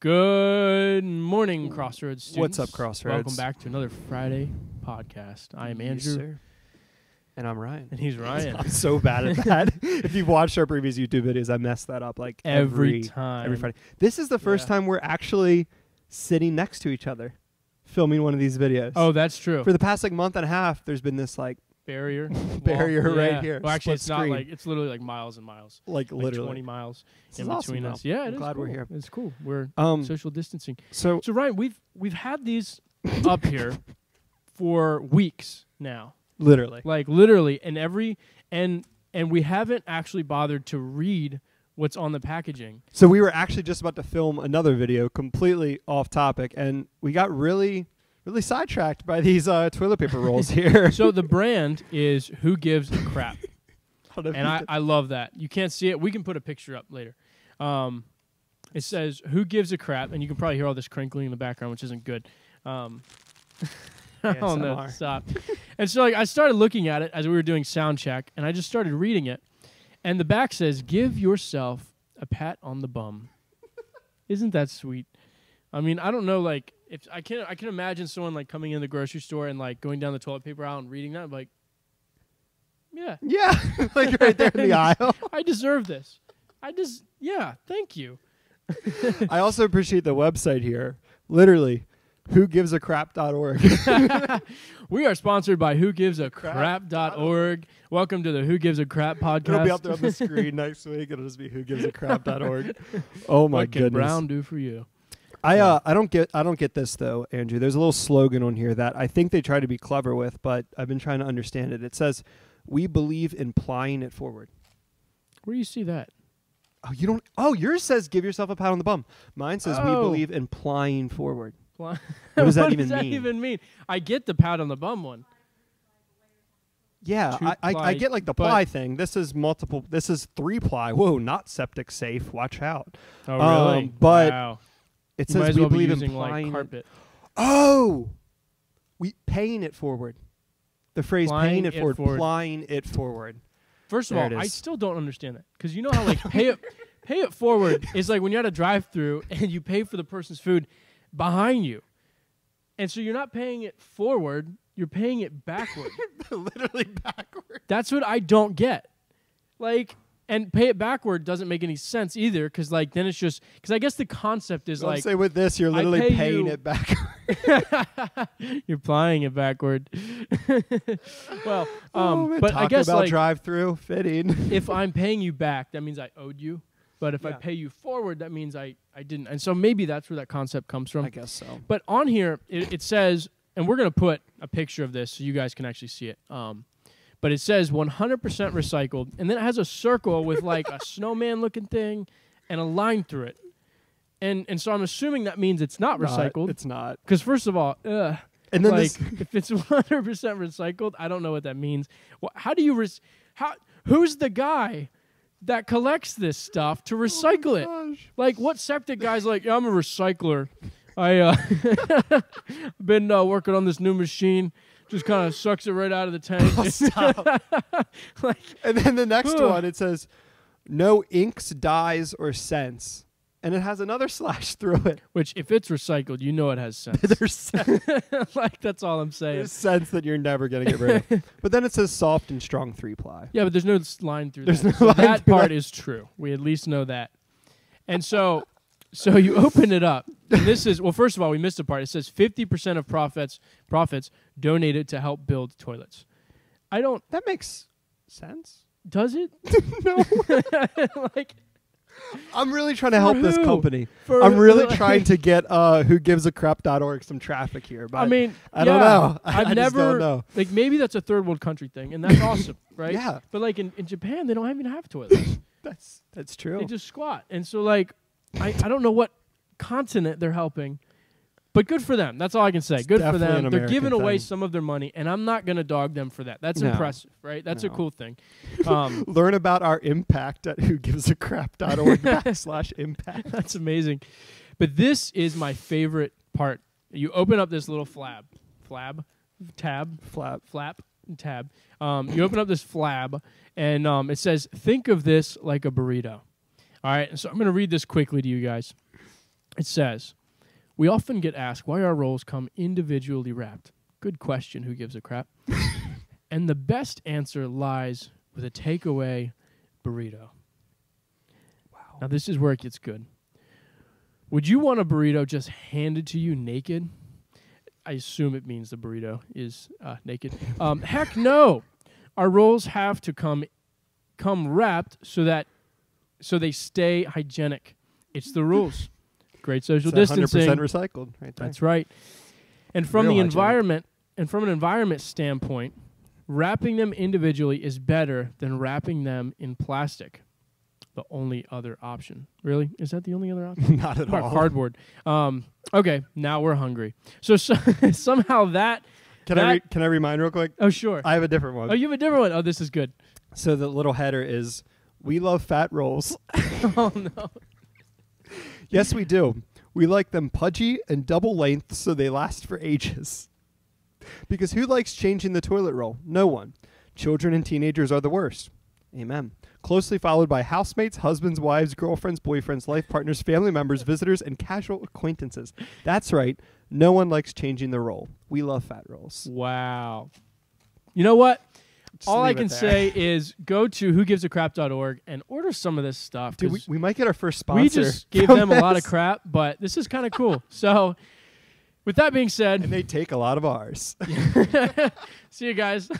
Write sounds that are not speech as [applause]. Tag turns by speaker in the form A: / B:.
A: Good morning, Crossroads students.
B: What's up, Crossroads?
A: Welcome back to another Friday podcast. I am Andrew,
B: And I'm Ryan.
A: and he's Ryan.
B: I'm so bad at that. if you've watched our previous YouTube videos, I mess that up like
A: [laughs] Every,
B: every
A: time,
B: every Friday. This is the first
A: Yeah.
B: time we're actually sitting next to each other filming one of these videos.
A: Oh, that's true.
B: For the past like month and a half, there's been this like [laughs]
A: barrier, wall.
B: barrier right
A: Yeah.
B: here,
A: Well, actually,
B: split
A: it's not
B: screen.
A: like it's literally like miles and miles,
B: like
A: like
B: literally
A: twenty miles
B: This
A: in
B: is awesome,
A: between
B: though.
A: us. Yeah, it
B: I'm
A: is
B: glad we're
A: cool.
B: here.
A: It's cool. We're
B: Um
A: social distancing.
B: so
A: So Ryan, we've we've had these up
B: [laughs]
A: here for weeks now.
B: literally.
A: like literally and every and and we haven't actually bothered to read what's on the packaging
B: So we were actually just about to film another video completely off topic and we got really really sidetracked by these uh, toilet
A: [laughs]
B: paper rolls here.
A: so the brand is who gives a crap
B: I don't know if [laughs]
A: and
B: you
A: I,
B: can-
A: I love that you can't see it we can put a picture up later um, it says who gives a crap and you can probably hear all this crinkling in the background which isn't good um, [laughs] oh no
B: ASMR.
A: stop and so like, i started looking at it as we were doing sound check and i just started reading it and the back says give yourself a pat on the bum isn't that sweet i mean i don't know like if i can i can imagine someone like coming in the grocery store and like going down the toilet paper aisle and reading that like yeah
B: Yeah, [laughs] like right there
A: [laughs]
B: in the aisle.
A: I deserve this. I just, yeah, thank you.
B: I also appreciate the website here. Literally, who gives a crap.org.
A: We are sponsored by who gives a crap.org. Welcome to the Who Gives a Crap podcast.
B: It'll be up there on the screen next week. It'll just be who gives a crap.org. Oh my
A: [laughs] what can
B: goodness.
A: Brown do for you?
B: I uh, I don't get I don't get this though, Andrew. There's a little slogan on here that I think they try to be clever with, but I've been trying to understand it. It says, "We believe in plying it forward."
A: Where do you see that? [laughs]
B: Oh, you don't Oh, yours says give yourself a pat on the bum. Mine says we
A: Oh.
B: believe in plying forward.
A: What
B: What does that even mean?
A: even mean? I get the pat on the bum one.
B: Yeah,
A: Two
B: I, I,
A: ply,
B: I get like the
A: but-
B: ply thing. This is multiple. This is three ply. Whoa, not septic safe. Watch out.
A: Oh,
B: Um,
A: really?
B: but
A: wow.
B: It
A: you might
B: says
A: as
B: we
A: well be
B: believe in
A: using
B: plying.
A: like
B: it-
A: carpet.
B: Oh, we paying it forward. The phrase
A: Plying
B: paying it,
A: it
B: forward,
A: forward.
B: plying it
A: [laughs]
B: forward.
A: First of
B: There it
A: all, I
B: is.
A: still don't understand that because you know how like pay
B: [laughs]
A: it, pay it forward is like when you're at a drive-through and you pay for the person's food behind you, and so you're not paying it forward, you're paying it
B: [laughs]
A: backward.
B: Literally backward.
A: That's what I don't get. Like, and pay it backward doesn't make any sense either because like then it's just because I guess the concept is
B: Like,
A: like
B: say with this, you're
A: I
B: literally
A: pay
B: paying
A: you- um,
B: it backward.
A: [laughs] you're plying it backward. [laughs] well,
B: Oh,
A: um,
B: man,
A: but
B: Taco
A: I guess
B: Bell
A: like
B: drive-through fitting.
A: if I'm paying you back, that means I owed you. But if I
B: Yeah.
A: pay you forward, that means I, I didn't. And so maybe that's where that concept comes from.
B: I guess so.
A: But on here, it, it says, and we're going to put a picture of this so you guys can actually see it. Um, but it says 100% recycled. And then it has a circle with like a [laughs] snowman looking thing and a line through it. And, and so I'm assuming that means it's not
B: Not- [laughs]
A: recycled.
B: it's not.
A: Because, first of all, ugh,
B: And then
A: like [laughs]
B: this,
A: if it's 100% recycled i don't know what that means Wha how do you re- how who's the guy that collects this stuff to recycle it
B: oh Gosh.
A: like what septic guy's like yeah, i'm a recycler i uh [laughs] been uh, working on this new machine just kind of sucks it right out of the
B: [laughs]
A: tank [laughs] like
B: And then the next
A: Ugh.
B: one it says, "No inks, dyes, or scents," and it has another [laughs] slash through
A: [laughs]
B: it.
A: which if it's recycled you know it has sense [laughs]
B: There's scents,
A: like that's all i'm saying
B: there's scents that you're never gonna get rid
A: [laughs]
B: of. But then it says soft and strong three ply.
A: Yeah, but there's no s- line through
B: There's
A: that. So
B: no [laughs] line
A: that
B: through
A: part is true. We at least know that. And so so you open it up. And this is well, first of all, we missed a part. It says fifty percent of profits profits donated to help build toilets. I don't
B: That makes sense.
A: does it?
B: [laughs]
A: [laughs]
B: no,
A: like
B: I'm really trying to help this
A: who?
B: company.
A: for
B: I'm really
A: like-
B: trying to get uh, who gives a crap.org some traffic here.
A: [laughs]
B: But
A: I mean
B: I don't
A: yeah,
B: know. [laughs] I-
A: I've
B: I just
A: never
B: don't know.
A: like maybe that's a third world country thing and that's
B: [laughs]
A: awesome, right?
B: Yeah.
A: But like in, in Japan they don't even have toilets.
B: that's that's true.
A: They just squat. And so like I, I don't know what continent they're helping. But good for them. That's all I can say.
B: It's
A: good for
B: definitely
A: them.
B: an
A: They're
B: American
A: giving away
B: thing.
A: some of their money, and I'm not going to dog them for that. That's
B: No.
A: impressive, right? That's a
B: No.
A: cool
B: [laughs]
A: thing. Um,
B: Learn about our impact at who gives
A: [laughs]
B: a crap.org backslash impact.
A: that's amazing. But this is my favorite part. You open up this little flab, flab, tab,
B: Flap.
A: flap, tab. Um, you open up this flab, and um, it says, "Think of this like a burrito." All right. So I'm going to read this quickly to you guys. It says, We often get asked why our rolls come individually wrapped. Good question. Who gives a crap? and the best answer lies with a takeaway burrito.
B: Wow.
A: Now, this is where it gets good. Would you want a burrito just handed to you naked? I assume it means the burrito is uh, naked. Um,
B: [laughs]
A: heck no! Our rolls have to come come wrapped so that so they stay hygienic. It's the rules. Great social
B: It's 100%
A: distancing.
B: recycled right there.
A: That's right. And from
B: Real
A: the
B: hygienic.
A: environment and from an environment standpoint, wrapping them individually is better than wrapping them in plastic. The only other option. Really? Is that the only other
B: [laughs]
A: option?
B: [laughs] Not at
A: What
B: all.
A: about cardboard? Um, okay, now we're hungry. So, so [laughs] somehow that.
B: Can
A: that-
B: I re- can I remind real quick?
A: Oh, sure.
B: I have a different one.
A: oh, you have a different one. Oh, this is good.
B: so the little header is we love fat rolls.
A: [laughs] Oh, no.
B: [laughs] yes, we do. We like them pudgy and double length so they last for ages. Because who likes changing the toilet roll? No one. Children and teenagers are the worst. Amen. Closely followed by housemates, husbands, wives, girlfriends, boyfriends, life partners, family members, visitors, and casual acquaintances. That's right. No one likes changing the roll. We love fat rolls.
A: Wow. You know what?
B: Just
A: All I
B: leave it
A: can
B: there.
A: say is go to whogivesacrap.org and order some of this stuff.
B: Dude, we,
A: 'cause
B: we might get our first sponsor.
A: we
B: [laughs]
A: just gave
B: from
A: them a lot of
B: this.
A: crap, but this is kind of cool. So, with that being
B: And
A: said,
B: they take a lot of ours.
A: see you guys.